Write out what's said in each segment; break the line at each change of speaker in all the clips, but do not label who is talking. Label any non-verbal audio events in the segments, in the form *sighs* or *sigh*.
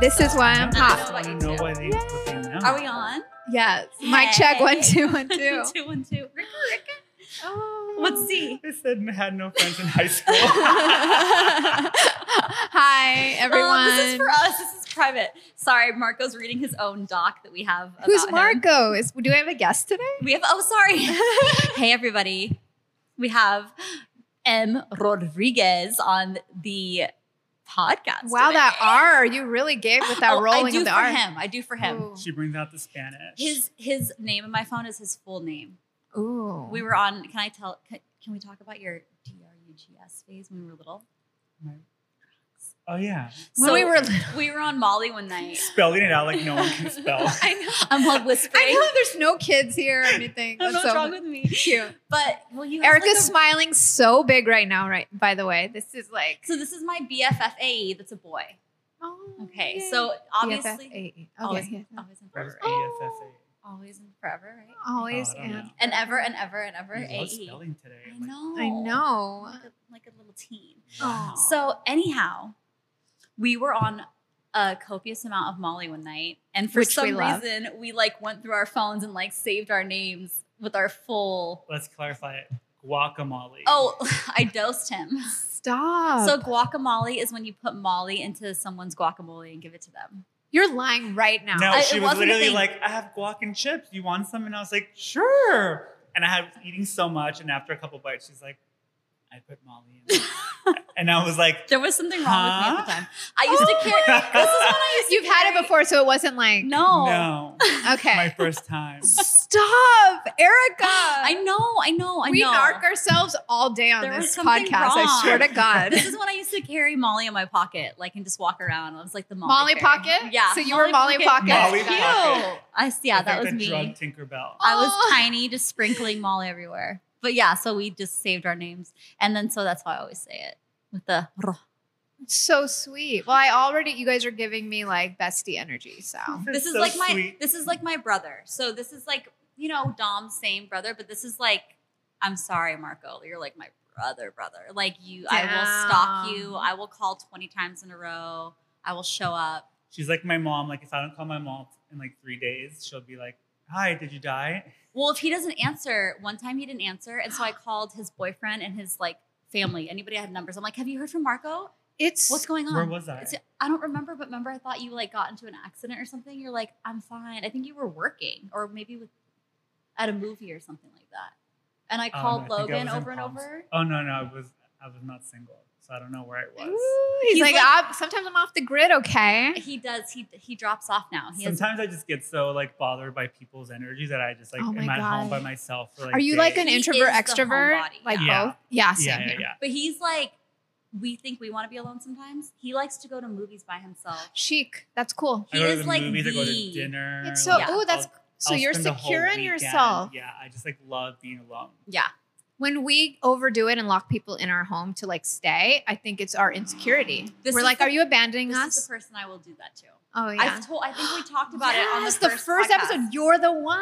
This is why I'm
I
hot.
know what you do.
Nobody what they know.
Are we on?
Yes. Mic check one two *laughs* one two.
*laughs* two and two. Ricka, ricka.
Oh.
Let's see.
I said had no friends in high
*laughs*
school.
*laughs*
Hi everyone.
Um, this is for us. This is private. Sorry, Marco's reading his own doc that we have. About
Who's
him.
Marco? Is do we have a guest today?
We have. Oh,
*laughs*
sorry. hey, everybody. We have M. Rodriguez on the podcast.
Wow,
today.
that R you really gave with that
Oh,
rolling
I do
of the
for
R.
him. I do for him.
Ooh.
she brings out the Spanish.
His his name in my phone is his full name.
Ooh.
We were on. Can I tell? Can, can we talk about your DRUGS phase when we were little?
oh yeah,
when we were little.
*laughs* we were on Molly one night.
spelling it out like no one
*laughs*
can spell.
I know.
I'm like whispering.
*laughs* I know there's no
*laughs*
kids here or anything.
I don't know
That's
what's
so
wrong with me.
cute.
But well, you have, like,
Erica's
a-
smiling so big right now, right? By the way, this is like
so this is my BFFAE. That's a boy.
oh,
Okay,
yay.
so obviously
BFFAE.
always,
E. Okay. yeah.
always and
That
forever.
was
Oh.
AFFA.
Always and forever, right?
Always
Oh, I don't
and
know.
And ever and ever and ever.
We love
AE.
spelling today.
I
like,
know.
I know.
Like a, like a little teen.
wow.
Oh.
So anyhow, we were on a copious amount of Molly one night, and for
Which we
some
love.
reason, we like went through our phones and like saved our names with our
*laughs*
full.
Let's clarify it. Guacamole.
Oh, *laughs* I dosed him.
Stop.
So
So
guacamole is when you put Molly into someone's guacamole and give it to them.
you're lying right now.
No,
I-
she
it
was
wasn't a
literally
thing.
like, I have guac and chips. You want some? And I was like, sure. And I had was eating so much. And after a couple bites, she's like, I put
*laughs*
Molly in. and I was like,
There was something wrong with me at the
Huh?
time. I used to carry. This is when I used to
You've had it
carry-
before, so it wasn't like
No.
no.
okay.
My first time.
Stop, Erica.
*gasps* I know. I know. I
we
know.
narc ourselves all day on
There was
this
something
podcast. I swear to
wrong. *laughs*
God.
This is when I used to carry Molly in my pocket, like and just walk around. I was like the Molly,
Molly
fairy.
Pocket?
Yeah.
So you were Molly Pocket.
Molly
Ew.
Pocket.
I s- yeah,
I
that
think
was
the
me.
drug Tinkerbell.
I was
Oh.
tiny, just sprinkling Molly everywhere. But yeah, so we just saved our names, and then so that's why I always say it with the.
So sweet. Well, I already you guys are giving me like bestie energy. So
That's
Oh, This is
so
like my
sweet.
this is like my brother. So this is like you know Dom's same brother, but this is like I'm sorry, Marco, you're like my brother, brother. Like you, I will stalk you.
Damn.
I will call twenty times in a row. I will show up.
She's like my mom. Like, if I don't call my mom in like three days, she'll be like, Hi, did you die?
Well, if he doesn't answer, one time he didn't answer, and so I called his boyfriend and his like family. Anybody had numbers? I'm like, have you heard from Marco?
it's
What's going on?
Where was I?
It's- I don't remember, but remember, I thought you like got into an accident or something. You're like, I'm fine. I think you were working, or maybe with at a movie or something like that. And I
Oh, no,
called
I think I
Logan
was in
over and
Palms.
over.
Oh, no, no. I was, I was not single. So I don't know where it was.
Ooh, he's,
He's
like,
like-
"I'm- sometimes I'm off the grid. Okay.
He does. He he drops off now. He has,
Sometimes I just get so like bothered by people's energy that I just like
Oh
am
my
at home by
God.
myself. For, like
Are you like
days.
an
He
introvert,
is the
extrovert?
homebody,
Like
yeah.
both? Yeah. Same
Yeah, yeah,
here.
yeah.
but he's like, we think we want to be alone sometimes. He likes to go to movies by himself.
Chic. That's cool.
I
He
go to
is
the
like
movies. I go
the-
to dinner.
It's so.
Yeah.
Oh, that's.
I'll-
so
I'll
you're
spend the whole
secure in
weekend.
yourself.
Yeah, I just like love being alone.
Yeah.
When we overdo it and lock people in our home to like stay, I think it's our insecurity.
This
We're
is
like,
the-
"Are you abandoning
This is
us?"
the person I will do that to.
oh
i I told. I think we talked about it on the
Yes,
first, podcast.
episode. You're the one.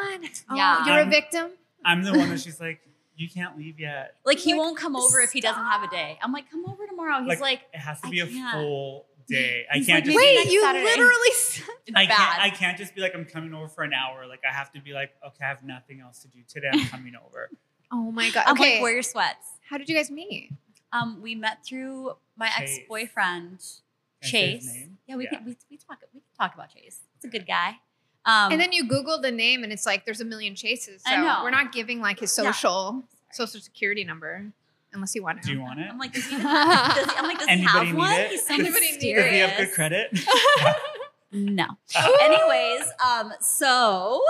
Oh,
Yeah. Um,
you're a
I'm-
victim.
I'm the one that she's like, you can't leave yet.
Like he
Like,
won't come over if he doesn't have a day. I'm like, come over tomorrow. He's like,
Like, It has to
I
be a
can't.
full day. I
He's
can't
like,
just.
maybe
be-
Wait,
next
you
Saturday.
literally said
it's
I
bad.
can't. I can't just be like I'm coming over for an hour. Like I have to be like, okay, I have nothing else to do today. I'm coming over.
*laughs* Oh my god.
I'm
Okay.
like, wear your sweats.
How did you guys meet?
Um, we met through my
Chase.
ex-boyfriend
Can I say his
Chase.
name?
Yeah, we
Yeah.
Can, we we talk we can talk about Chase. He's a good guy. Um,
and then you Google the name and it's like there's a million chases. So
I know.
we're not giving like his
Yeah.
social
Sorry.
social security number unless you want to.
*laughs*
Do *laughs* you want it?
I'm like, does he have, does he, I'm like, does he
Anybody
have
need
one?
it?
He's so
Does- does he
mysterious.
have
Does he have good credit?
*laughs* No. Anyways, um, so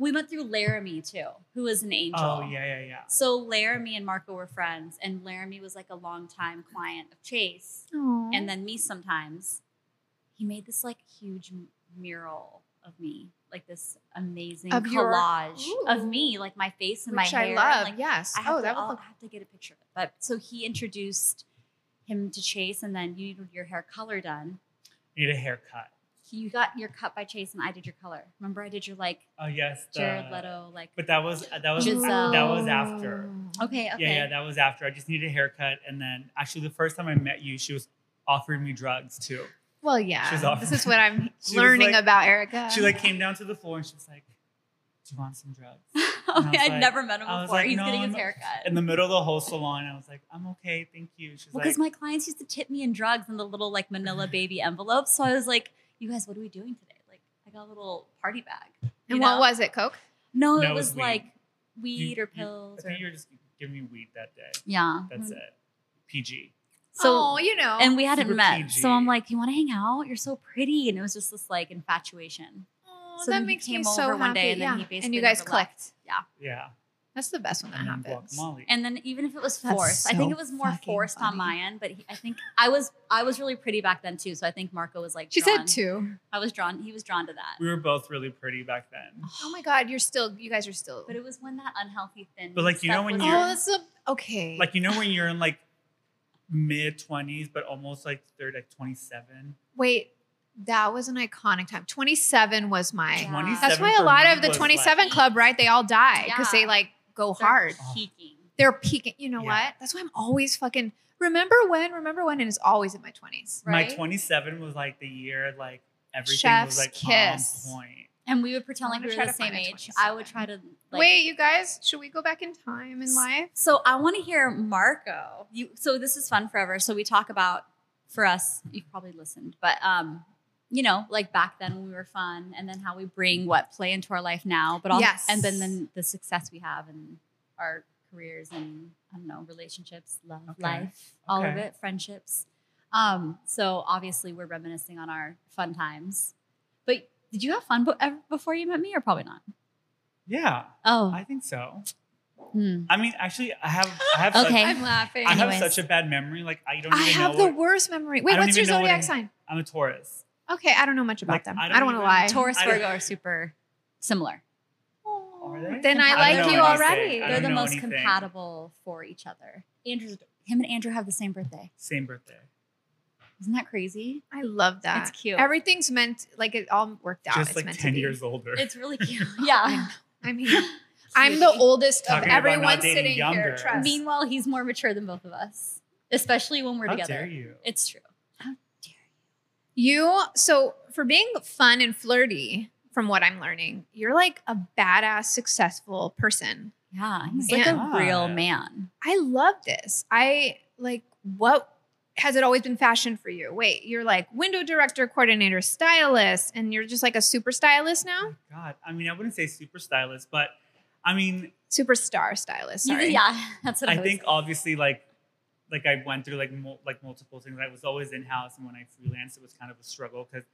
we went through Laramie too, who was an angel.
oh yeah, yeah, yeah.
So Laramie and Marco were friends, and Laramie was like a longtime client of Chase, and then me sometimes. He made this like huge m- mural of me, like this amazing
Of your-
collage of
Ooh.
me, like my face and
which
my hair.
I love.
Like,
yes.
I have
Oh,
to,
that would
I'll
look
have to get a picture of it. But so he introduced him to Chase, and then you needed your hair color done.
Need a haircut.
You got your cut by Chase, and I did your color. Remember, I did your like
Oh yes, the-
Jared Leto, like
But that was that was
Giselle.
that was after.
okay, okay. *laughs*
Yeah, yeah, that was after. I just needed a haircut, and then actually the first time I met you, she was offering me drugs too.
Well, yeah.
She's off.
This is what I'm
*laughs* She was
learning
like-
about Erica.
She like came down to the floor and she's like, "Do you want some drugs?"
I
was
had
like-
never met him
I was
before.
like,
He's
no,
getting his
I'm-
haircut.
In the middle of the whole salon, I was like, "I'm okay, thank you." She's
Well,
like,
because my clients used to tip me in drugs in the little like Manila
*laughs*
baby envelopes. So I was like, "You guys, what are we doing today?" Like, I got a little party bag. you
and
know?
what was it, Coke?
No,
No,
it
it
was
was weed.
like
You-
weed or
you-
pills.
I
Or,
think you were just giving me weed that day.
yeah.
That's it. PG.
So
oh, you know.
and we hadn't
Super
met,
PG.
so I'm like, "You want to hang out? You're so pretty," and it was just this like infatuation.
oh,
so then
that
he
makes me
came over
so happy.
one day and then
yeah.
he
and
basically
you guys
never
clicked.
left.
Yeah.
That's the best when that
And then
happens.
guacamole.
And then even if it was
That's
forced, I think it
so
was more
fucking
forced on
funny.
my end. But he, I think I was I was really pretty back then too. So I think Marco was like,
She
drawn.
said two.
I was drawn. He was drawn to that.
we were both really pretty back then.
Oh my god, you're still. You guys are still.
But it was when that unhealthy thin.
But, like, you know
stuff
when
was
oh,
you're-
on.
that's a okay.
Like you know when you're in like mid twenties, but almost like they're like twenty seven.
Wait, that was an iconic time. 27 was my.
Yeah.
Twenty seven.
That's why a lot of the 27 club, right? They all die because
Yeah.
they like go
They're
hard.
peaking.
They're peaking. You know
Yeah.
what? That's why I'm always fucking. Remember when? Remember when? And it's always in my 20s.
right?
My twenty seven was like the year like everything
Chef's
was like
kiss.
on point.
And we would pretend
I'm
like
gonna
we were
try
the
to
same
find a
age. I would try to like,
Wait, you guys, should we go back in time in life?
So I want to hear Marco. You. So this is fun forever. So we talk about for us. You probably listened, but um, you know, like back then when we were fun, and then how we bring what play into our life now, but also,
Yes.
and then then the success we have in our careers and I don't know relationships, love,
Okay.
life, all of
Okay.
it, friendships. Um, so obviously we're reminiscing on our fun times. But did you have fun bo- ever before you met me, or probably not?
Yeah,
Oh,
I think so.
hmm.
I mean, actually, I have I have
*gasps* Okay.
I'm laughing.
such, I have
Anyways.
such a bad memory. Like I don't even
I have
know.
the
what-
worst memory. Wait,
don't
what's your
even know what
zodiac
it-
sign?
I'm a Taurus.
Okay, I don't know much about
Like,
them.
I
I
don't
don't,
even-
want to lie.
Taurus
I don't-
Virgo are super similar.
Are they?
Then
Compatible.
I
I
like
don't
you
know
already.
anything. I
They're
don't
the
know
most
anything.
compatible for each other. Andrew's him and Andrew have the same birthday.
Same birthday.
Isn't that
*laughs*
crazy?
I love that.
It's cute.
Everything's meant like it all worked out.
Just
it's
like
meant
ten
to be.
years older.
It's really
*laughs*
cute.
I
yeah.
I'm here. I'm the oldest of
Talking about not
everyone
dating
sitting
younger.
here. Trust.
Meanwhile, he's more mature than both of us, especially when we're
How
together.
dare you?
It's true.
You so for being fun and flirty, from what I'm learning, you're like a badass, successful person.
Yeah, he's
my
like
God.
a real man.
I love this. I like what has it always been fashion for you? Wait, you're like window director, coordinator, stylist, and you're just like a super stylist now?
Oh God, I mean, I wouldn't say super stylist, but I mean,
Superstar stylist.
He's a-
Sorry.
yeah, *laughs* that's what I,
I
was
think obviously like like I went through like mul- like multiple things. I was always in house, and when I freelanced, it was kind of a struggle because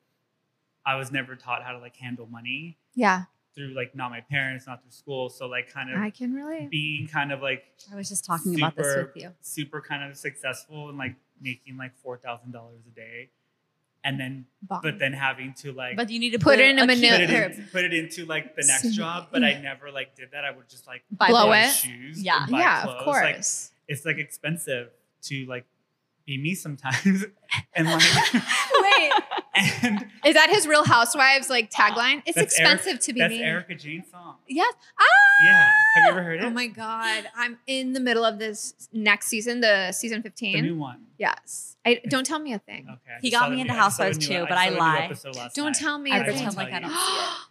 I was never taught how to like handle money
Yeah.
through like not my parents, not through school. So like kind of
I can relate.
being kind of like
I was just talking about this
super-
with you.
super kind of successful and like making like four thousand dollars a day, and then
Bond.
but then having to like
But you need to
Put
put,
it in a
cute
manila-
put it,
herb.
herb.
in, put it into like the next
Same.
job. But I never like did that. I would just like
Buy
*laughs* Blow
*laughs*
it.
buy shoes. and
Yeah.
buy
yeah,
clothes.
of
Like,
course.
it's like expensive to like be me sometimes *laughs* and like
Wait,
and
is that his Real Housewives like tagline? It's
That's Eric-
expensive to be
that's
me.
erica jane's song
Yes.
yeah have you ever heard it
Oh my god, I'm in the middle of this next season, the season
the
15.
new one
Yes. I don't tell me a thing.
okay I
He
just
got
saw
me
the
into
new- I just saw the
Housewives
new-
too,
I
but
just
I
saw the new
lie.
episode last
Don't
night.
tell me
I
a
will
thing.
pretend like I don't see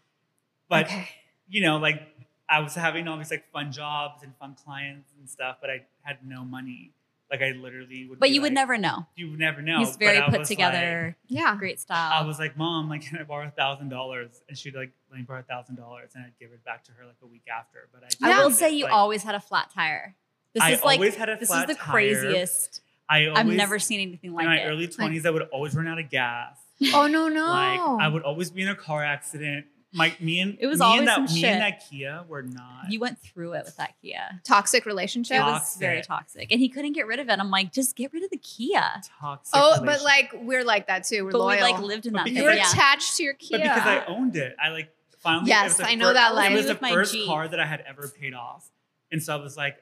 *gasps*
but
okay.
you know like i was having all these like fun jobs and fun clients and stuff but i had no money like i literally would
it. But
be
you would
like-
never know.
you would never know
he's
but
very
I
put
was like-
together,
Yeah.
great
I
style.
was like, Mom, like, can I borrow a thousand dollars? And she'd like, let me borrow a thousand dollars, and I'd give it back to her like a week after. But I, just
I
I will
did it,
say you
like-
always had a flat tire. This
I
is like
always had a
this is
flat
the
tire.
craziest.
I always,
I've never seen anything like
in my
it.
early twenties. I would always run out of gas.
Oh no, no.
Like I would always be in a car accident. My me and
It was
me
always
and that
some
me
shit.
and that Kia were not.
you went through it with that Kia.
Toxic
It
relationship.
Yeah.
was very toxic, and he couldn't get rid of it. I'm like, just get rid of the Kia.
toxic.
Oh, but
relationship.
like we're like that too. We're
But
loyal.
we like lived in
But
that.
because
You're
I-
yeah.
*laughs* attached to your Kia.
but because I owned it, I like finally. it
Yes,
was the
I know
fir-
that
It
life.
was the
With my
first
Jeep.
car that I had ever paid off, and so I was like,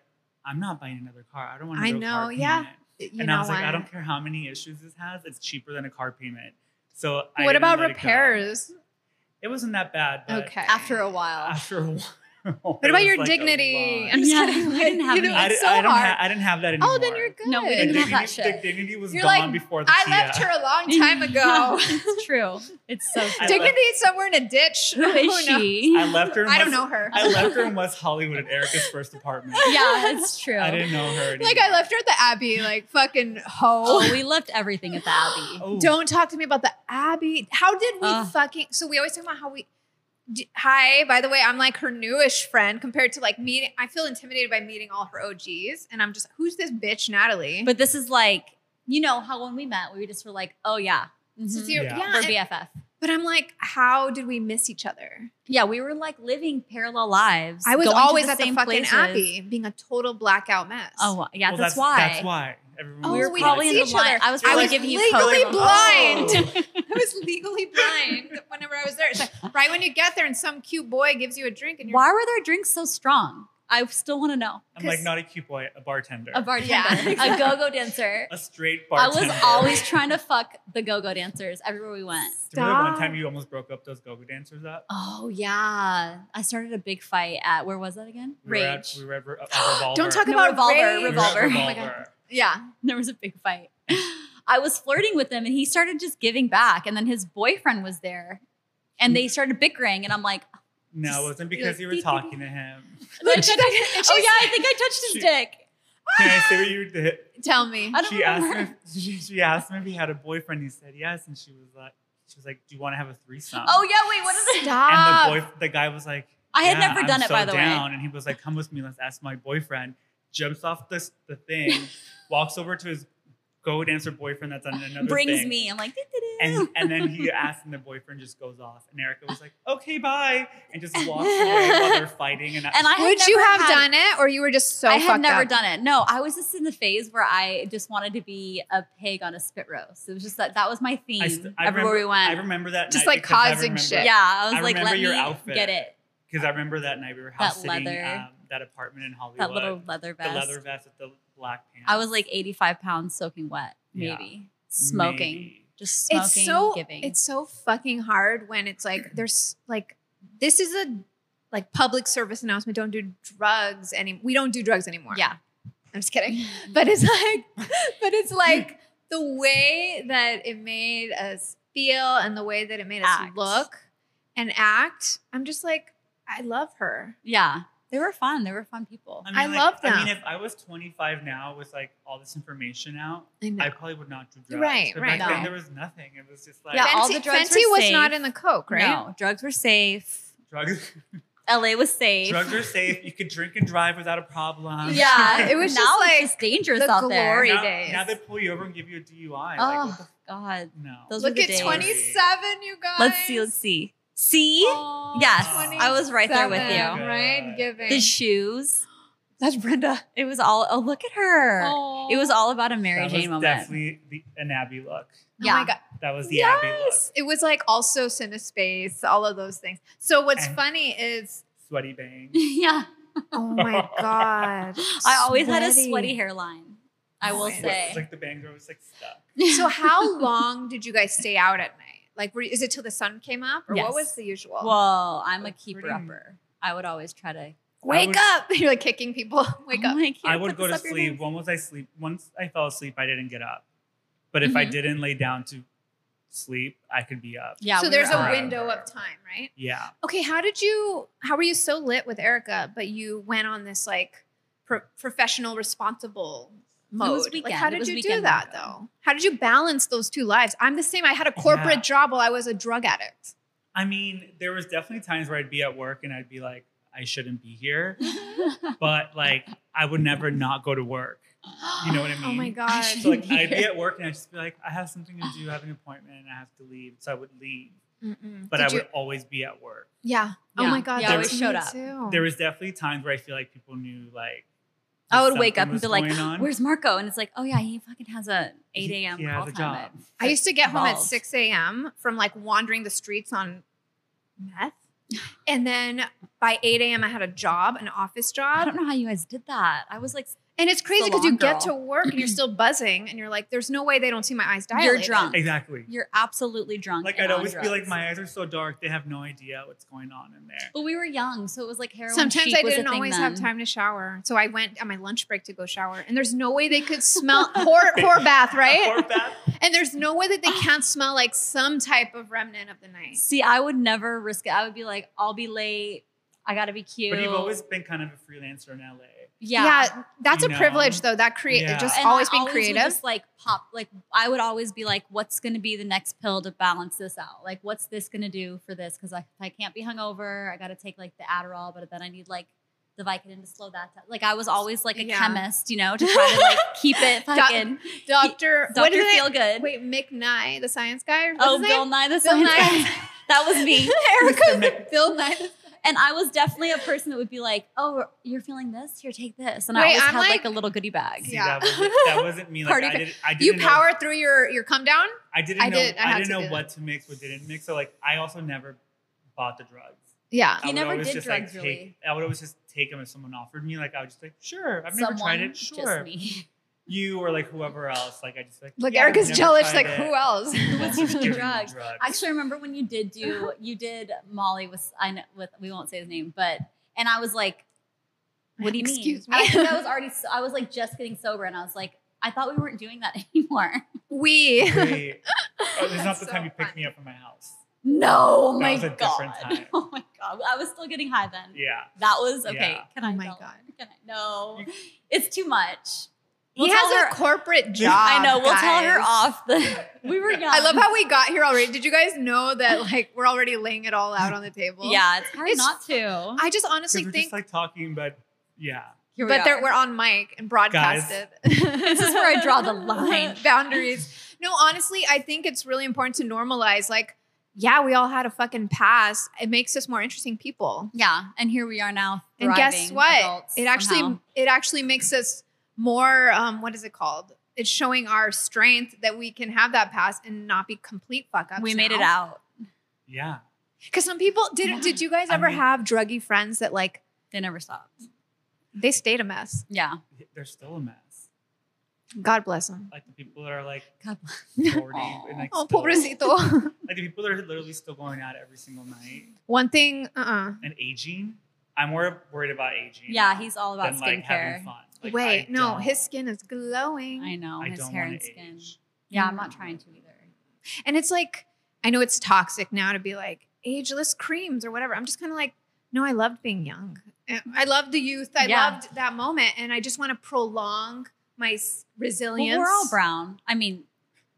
I'm not buying another car. I don't want
I
another
know,
car
yeah.
payment.
you
and
know
I was like,
what?
I don't care how many issues this has. It's cheaper than a car payment. So I
What
didn't
about
let it go.
repairs?
It, wasn't that bad. But
Okay.
After a while,
After a *laughs* while,
What about your dignity? I'm just
Yeah,
kidding.
I didn't have
*laughs* you know,
any.
I,
it's
di-
so
I don't
hard.
ha- I didn't have that anymore.
oh, then you're good.
No, we
The
didn't have
dignity,
that shit.
The dignity was
You're
gone
like,
before the
I
Tia.
left her a *laughs*
*laughs*
long time ago.
it's true. It's so
I
true.
Dignity is somewhere in a ditch. *laughs*
Who is
knows?
she?
I left her. In
I don't
West-
know her.
I left her in West Hollywood at Erica's first
*laughs*
apartment.
*laughs* yeah,
*laughs*
it's true.
I didn't know her.
like I
anymore.
left her at the Abbey, like fucking hoe.
*laughs*
Oh, we left everything at the Abbey.
Oh,
Don't talk to me about the Abbey. How did we
Ugh.
fucking? So we always talk about how we. D- Hi, by the way, I'm like her newish friend compared to like meeting. I feel intimidated by meeting all her OGs, and I'm just who's this bitch, Natalie?
But this is like, you know how when we met, we just were like, oh yeah,
This is
mhm,
your-
Yeah.
yeah,
we're
and-
BFF.
but I'm like, how did we miss each other?
Yeah, we were like living parallel lives.
I was
going to
always at the
same
fucking
places.
Abbey, being a total blackout mess.
Oh yeah,
well,
that's,
that's
why.
That's why. Everyone
Oh,
we
was
were
we
like-
didn't
probably in
see
the
each
blind.
other.
I was
I
probably
was
giving you
legally
code. *laughs*
blind. I was legally blind whenever I was there. It's like right when you get there, and some cute boy gives you a drink, and you're
Why were their drinks so strong? I still want to know.
I'm like
Cause-
not a cute boy, a bartender,
A bartender, *laughs*
Yeah,
a go-go dancer.
a straight
I
bartender.
was always trying to fuck the go-go dancers everywhere we went.
*laughs* Do you remember that one
Stop.
time you almost broke up those go-go dancers up?
Oh yeah, I started a big fight at where was that again?
We were at-
Rage.
we
*gasps*
were at, Re- at Revolver.
Don't talk
No,
about
Revolver,
rage.
We were at
Revolver. Oh my
my God.
Revolver.
Yeah.
*laughs* there was a big fight. I was flirting with him and he started just giving back. And then his boyfriend was there and they started bickering. And I'm like, *laughs*
No, it wasn't because you were talking to him. *laughs*
oh, yeah, *laughs*
Oh
I think I touched his
She-
dick.
Can I say what you did?
yeah. Tell me.
I don't
she asked
remember.
him if she, she asked him if he had a boyfriend. He said yes, and she was like, she was like, "Do you want to have a threesome?"
*laughs* Oh, yeah, wait,
*laughs*
what is it?
Stop.
And the boy, the guy was like,
I had
"Yeah,
never
I'm
done it,
so
by the way.
down." And he was like, "Come with me. Let's ask my boyfriend." Jumps off this the thing,
*laughs*
walks over to his go dancer boyfriend that's on another
Brings
thing,
me. I'm like, "Doo-doo-doo."
And and then he asks, and the boyfriend just goes off. And Erica was like, "Okay, bye," and just walks
*laughs*
away while they're fighting. And,
and I had
Would you
never
have
had-
done it, Oh, or you were just so
I had
fucked
never
up?
done it. No, I was just in the phase where I just wanted to be a pig on a spit roast. It was just that that was my theme
I st- I
everywhere
remember-
we went.
I remember that
Just,
night
like,
because I
causing
remember-
shit.
yeah, I was
I
like,
remember
let
your
me
outfit.
get it.
because I remember that night we were house sitting
leather.
um, that apartment in Hollywood.
That little leather vest.
the leather vest with the black pants.
I was like 85 pounds soaking wet,
Yeah.
maybe. Smoking.
Maybe.
Just smoking,
It's so
giving.
it's so fucking hard when it's like there's like this is a like public service announcement. Don't do drugs any. We don't do drugs anymore.
yeah.
I'm
*laughs*
just kidding. But it's like, but it's like the way that it made us feel and the way that it made us
Act.
look and act. I'm just like, I love her.
Yeah. They were fun. They were fun people.
*laughs* I love
I mean,
them.
if I was 25 now with like all this information out,
I know.
I probably would not do drugs.
Right,
but
right.
Back
No.
then there was nothing. It was just like
Yeah, all
Fenty-
the drugs
Fenty
were
was
safe.
not in the coke, right?
No, drugs were safe. *laughs*
drugs.
LA was safe.
drugs are safe. You could drink and drive without a problem. *laughs*
yeah.
*laughs* It was
now
just
it's
like
just dangerous
the
out there.
glory.
Now,
days.
now they pull you over and give you a DUI. Like, what
Oh,
the,
God.
f- no.
Those- were
Look
the
at
days.
27, you guys.
Let's see. Let's see. See?
Oh,
yes.
Twenty-
I was right there with
27,
you.
Okay.
Right? Giving.
The shoes.
That's Brenda.
It was all, oh, look at her. It was all about a Mary
that
Jane
was
moment.
*laughs*
definitely the, an Abby look.
Yeah.
Yeah.
Oh my God.
That was the Abby look.
Yes. It was like also Cinespace, all of those things. So what's
And-
funny
*laughs*
is,
Sweaty bangs.
yeah.
oh my God.
I always had a sweaty hairline. *laughs* I will
Oh, yeah.
say.
It's like the bangs are always like stuck.
*laughs*
So how long did you guys stay out at night? Like, were, is it till the sun came up, or
Yes.
what was the usual?
Well, I'm a
Like,
keeper
pretty-
upper. I would always try to
wake
would-
up! *laughs* You're like kicking people. Wake
I'm
up.
like,
I
"Here,
would
put
go to
this up your
sleep.
nose."
Once I sleep, once I fell asleep, I didn't get up. But if I
Mhm.
didn't lay down to sleep, I could be up.
Yeah.
so
we
there's
were
a
all-
alright.
window of time, right?
Yeah.
Okay, how did you? How were you so lit with Erica, but you went on this like pro- professional, responsible mode?
was
Like,
weekend.
how
It
did
was
you do
weekend
that
yoga. *laughs*
though? How did you balance those two lives? I'm the same. I had a corporate
Yeah.
job while I was a drug addict.
I mean, there was definitely times where I'd be at work and I'd be like, I shouldn't be here. But like I would never not go to work.
*gasps*
You know what I mean?
Oh my god!
So
*laughs*
like I'd be at work and I'd just be like, I have something to do, I have an appointment and I have to leave. So I would leave.
Mm-mm.
But
Did
I
you-
would always be at work.
Yeah. Oh
Yeah.
my god.
Yeah,
that
I
was
always
me
showed up.
too.
There was definitely times where I feel like people knew like
I would
that
wake up and be
something
like,
was going on.
"Where's Marco?" And it's like, "Oh yeah, he fucking has a 8
He-
a.m.
he has
call
a
time."
job.
I used to get home at
Balls.
6 a.m. from like wandering the streets on
*sighs*
meth. And then by 8 a.m., I had a job, an office
I
job.
don't know how you guys did that. I was like
And it's crazy because you
long
get to
girl.
work and you're still buzzing and you're like, there's no way they don't see my eyes dilated.
You're drunk.
Exactly.
You're absolutely drunk.
Like
and
I'd
on
always be
drugs.
like, my eyes are so dark, they have no idea what's going on in there.
But we were young, so it was like heroin.
Sometimes
chic
I
was a
didn't
thing
always
then.
have time to shower. So I went on my lunch break to go shower. And there's no way they could smell *laughs* whore,
*laughs*
whore bath,
Or
right?
bath.
And there's no way that they can't smell like some type of remnant of the night.
See, I would never risk it. I would be like, I'll be late. I gotta be cute. *laughs*
But you've always been kind of a freelancer in LA.
yeah.
that's
You
a
know.
privilege though. That create
Yeah.
just
And
always
I
being
would
creative.
Just like pop, like I would always be like, what's gonna be the next pill to balance this out? Like, what's this gonna do for this? Because if I can't be hungover, I gotta take like the Adderall, but then I need like the Vicodin to slow that down. Like I was always like a
Yeah.
chemist, you know, to try to like keep it
*laughs* Doc-
fucking
Doctor, what
Doctor
is
Feel
it?
Good.
Wait, Mick Nye, the science guy. What's
oh,
his
Bill
name?
Nye the
Bill
Science
Nye.
Guy. *laughs* That was me.
*laughs* Erica, Bill Nye. the-
And I was definitely a person that would be like, "Oh, you're feeling this? Here, take this." And I
Wait,
always
I'm
had like,
like-
a little goodie bag.
See,
Yeah.
that, wasn't, that
*laughs*
wasn't me. Like
Party
I,
fa-
did, I didn't *laughs*
You
know-
power through your your come down.
I didn't
I
know.
did- I
I,
had
didn't
to
know
do that.
what to mix, what didn't mix. So like, I also never bought the drugs.
Yeah.
I
You
would
never
always
did
just,
drugs,
like,
really.
Take, I would always just take them if someone offered me. Like I would just like, sure. I've never
Someone,
tried it.
just
Sure.
me. *laughs*
You or like whoever else. Like I just like.
Like
yeah, I've
Erica's
never
jealous.
tried
Like
it. *laughs*
who else? *laughs*
Let's just give you
Drugs.
drugs. *laughs*
Actually, I remember when you did do you did Molly with I know with we won't say his name, but and I was like, "What do you
Excuse
mean?"
me.
I, think
*laughs*
I was *laughs* already so, I was like just getting sober, and I was like, "I thought we weren't doing that *laughs* anymore."
we. *laughs*
Wait. Oh, this is not
That's
the
so
time you picked
fun.
me up from my house.
No, oh
That
my
was a
god!
different time.
*laughs* Oh my god! I was still getting high then.
Yeah.
That was okay.
Yeah.
Can I?
Oh my
tell-
God.
*laughs* Can I? No, it's too much.
He
We'll tell
has
her-
a corporate job.
I know. We'll tell her
guys.
off the. *laughs* We were young.
I love how we got here already. Did you guys know
*laughs*
that like we're already laying it all out on the table?
Yeah, it's hard
It's-
not to.
I just honestly
Because we're
think,
just like talking, but yeah.
Here
but
we
there, we're on mic and broadcasted. *laughs*
this is where I draw the line.
Boundaries. No, honestly, I think it's really important to normalize. Like, yeah, we all had a fucking past. It makes us more interesting people.
Yeah, and here we are now.
And guess
thriving
what?
adults
it actually
somehow.
it actually makes us more. Um, what is it called? It's showing our strength that we can have that past and not be complete fuck ups.
we made it out.
Yeah.
Because some people did.
Yeah.
Did you guys
I
ever
mean-
have druggy friends that like
They never stopped.
they stayed a mess?
Yeah.
They're still a mess.
God bless them.
Like the people that are like
God
40 and like,
*laughs* Oh,
still-
pobrecito. *laughs*
like the people that are literally still going out every single night
One thing. Uh.
and aging. I'm more worried about aging.
Yeah, he's all about
than like having
skincare.
fun.
uh
Like,
Wait.
I
No,
don't-
his skin is glowing.
I know
I
his
don't
hair
want
and
to
skin.
age.
Yeah, I'm not trying to either.
And it's like, I know it's toxic now to be like ageless creams or whatever. I'm just kind of like, no, I loved being young. And I loved the youth. I
Yeah.
loved that moment. And I just want to prolong my s- resilience.
Well, we're all brown. I mean,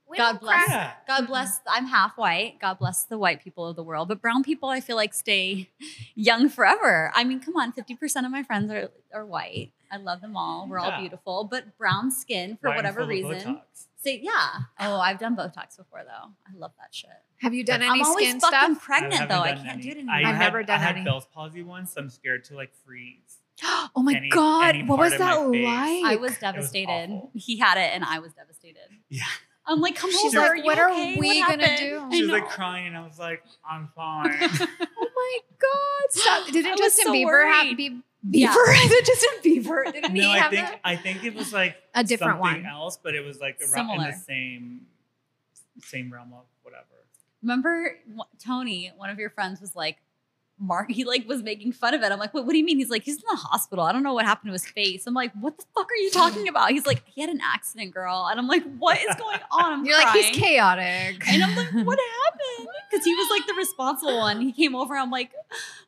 We
God
don't
bless.
crack-
Yeah.
God bless. I'm half white. God bless the white people of the world. But brown people, I feel like stay *laughs* young forever. I mean, come on, 50% of my friends are, are white. I love them all. We're all
Yeah.
beautiful. But brown skin, for
Wine
whatever
full of
reason,
Botox.
say, yeah. Oh, I've done Botox before, though. I love that shit.
Have you done
I'm
any
I'm always
skin
fucking
stuff?
I
pregnant,
haven't
though. I
done
can't do it
any.
anymore.
I
I've
had,
never done
I had
any.
Bell's palsy once. So I'm scared to like freeze.
*gasps*
Oh my
any-
God.
any
what
part
was
of
that
my face.
like?
I was devastated.
awful.
he had it, and I was devastated.
Yeah.
I'm like, come
She's
over.
like,
are you
what are
okay?
we
What
gonna
happened?"
do?
I
She was like
know.
crying, and I was like,
*laughs*
I'm fine.
Oh my God. Stop.
I
Didn't
was
Justin
so
Bieber have
worried.
Be- Bieber? *laughs*
Yeah.
Is it Justin Bieber?
*laughs*
Didn't
no,
he
I
have
think
that?
I think it was like
A different
something
one.
else, but it was like around in
Similar.
the same same realm of whatever.
Remember wh- Tony, one of your friends was like, Mark, he like was making fun of it. I'm like, what, what do you mean? He's like, he's in the hospital. I don't know what happened to his face. I'm like, what the fuck are you
*laughs*
talking about? He's like, he had an accident, girl. And I'm like, what is going on? I'm
*laughs* You're like, he's
crying.
chaotic.
And I'm like, what happened? Because he was like the responsible one. He came over. I'm like,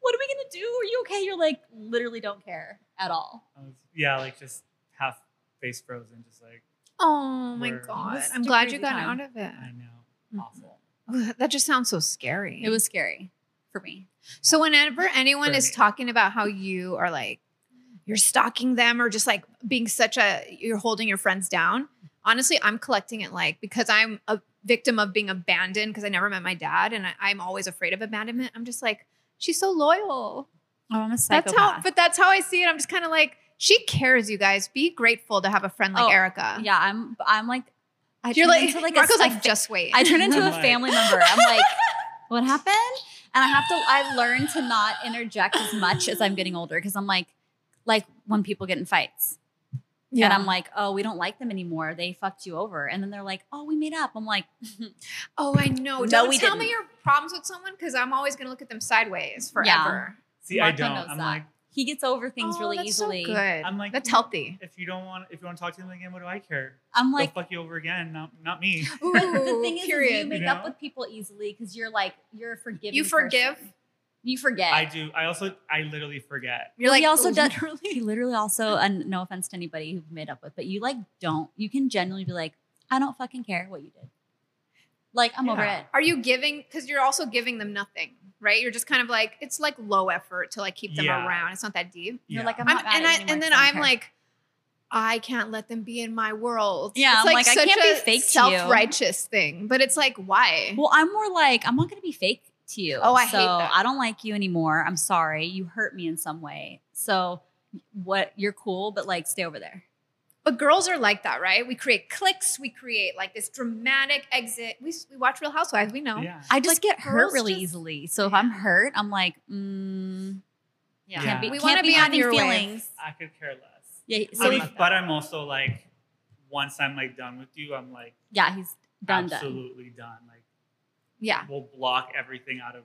what are we going to do? Are you okay? You're like, literally don't care at all.
I was, yeah, like just half face frozen, just like
*laughs* Oh my
Word.
god!
That's
I'm
the
glad you
crazy
got
time.
out of it.
I know,
Mm-hmm.
awful.
Ugh, That just sounds so scary.
It was scary for me.
so. Whenever anyone
For
is
me.
talking about how you are like you're stalking them or just like being such a you're holding your friends down, honestly, I'm collecting it like because I'm a victim of being abandoned because I never met my dad and I, I'm always afraid of abandonment. I'm just like she's so loyal.
Oh, I'm a
That's how. But that's how I see it. I'm just kind of like she cares. You guys be grateful to have a friend like
Oh,
Erica.
yeah, I'm. I'm like, I turned
You're like,
into, a-
Marco's
a
like just wait.
I turn
*laughs*
into
I'm
a
like-
family member. I'm like, what happened? And I have to. I learned to not interject as much as I'm getting older because I'm like, like when people get in fights. And I'm like, oh, we don't like them anymore. They fucked you over. And then they're like, oh, we made up. I'm like, *laughs*
oh, I know.
No,
Don't
we
tell me
didn't.
your problems with someone because I'm always going to look at them sideways forever.
See, I
Marco
don't.
knows
I'm
that.
like,
he gets over things
Oh,
really
that's
easily.
So good.
I'm like,
that's healthy.
if you don't want, if you want to talk to them again, what do I care?
I'm like,
They'll fuck you over again. Not, not me.
Ooh,
*laughs* but *laughs*
*laughs*
the thing is, is you
period.
make
You
up
know?
with people easily because you're like, you're a forgiving.
You forgive?
person. You forget.
I do. I also, I literally forget.
You're
Well,
like
he
*laughs*
also does-
literally.
He literally also, and no offense to anybody who've made up with, but you like don't. You can genuinely be like, I don't fucking care what you did. Like I'm over
Yeah.
it.
Are you giving? Because you're also giving them nothing, right? You're just kind of like it's like low effort to like keep them
Yeah.
around. It's not that deep.
You're
Yeah.
like, I'm,
I'm,
not mad
and
at
I
you anymore,
and then
so I don't
I'm
care.
like, I can't let them be in my world.
Yeah,
it's
I'm like, I
such
can't be
a
fake to you.
self-righteous thing, but it's like why?
well, I'm more like, I'm not gonna be fake to you.
Oh, I hate
so
that.
I don't like you anymore. I'm sorry. You hurt me in some way. So what? You're cool, but like, stay over there.
But girls are like that, right? We create clicks. We create like this dramatic exit. We, we watch Real Housewives. We
"Oh,
know.
yeah.
I just get hurt
girls
really
just-
easily. So if I'm hurt, I'm like, mm,
Yeah.
can't be.
We
can't
wanna be on
having
your wave.
feelings.
I could care less.
Yeah.
I
So
mean,
if-
but I'm also like, once I'm like done with you, I'm like
yeah, he's done. Done.
absolutely done. Like
Yeah.
we'll block everything out of.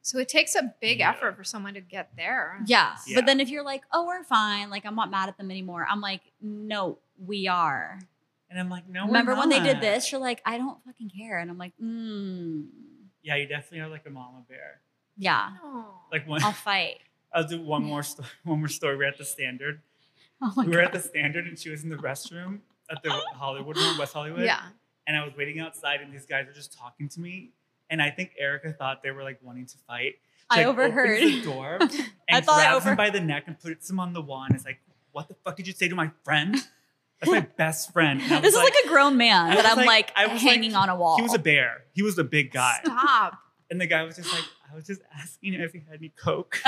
So it takes a big
Yeah.
effort for someone to get there.
Yeah.
Yeah.
But then if you're like, oh, we're fine. Like, I'm not mad at them anymore. I'm like, no, we are.
And I'm like, no. we're
Remember when they did
not.
this? You're like, I don't fucking care. And I'm like, mm,
Yeah, you definitely are like a mama bear.
yeah,
Oh.
Like one, *laughs*
I'll fight.
I'll do one more story. *laughs* One more story. We're at the standard.
Oh my
we were
God.
at the standard, and she was in the restroom
*gasps*
at the Hollywood room, West Hollywood.
yeah.
And I was waiting outside, and these guys were just talking to me. And I think Erica thought they were like wanting to fight.
I
She, like, opens
overheard.
the
*laughs*
door and
I thought I
grabs him
over-
by the neck and puts him on the wall and is like, "What the fuck did you say to my friend? That's
*laughs*
my best friend." And I
This is
was
like a grown man
I
that
was
I'm like,
like- I was like-
hanging on a wall.
he was
*laughs*
a bear. He was a big guy.
Stop.
And the guy was just like, "I was just asking if he had any coke."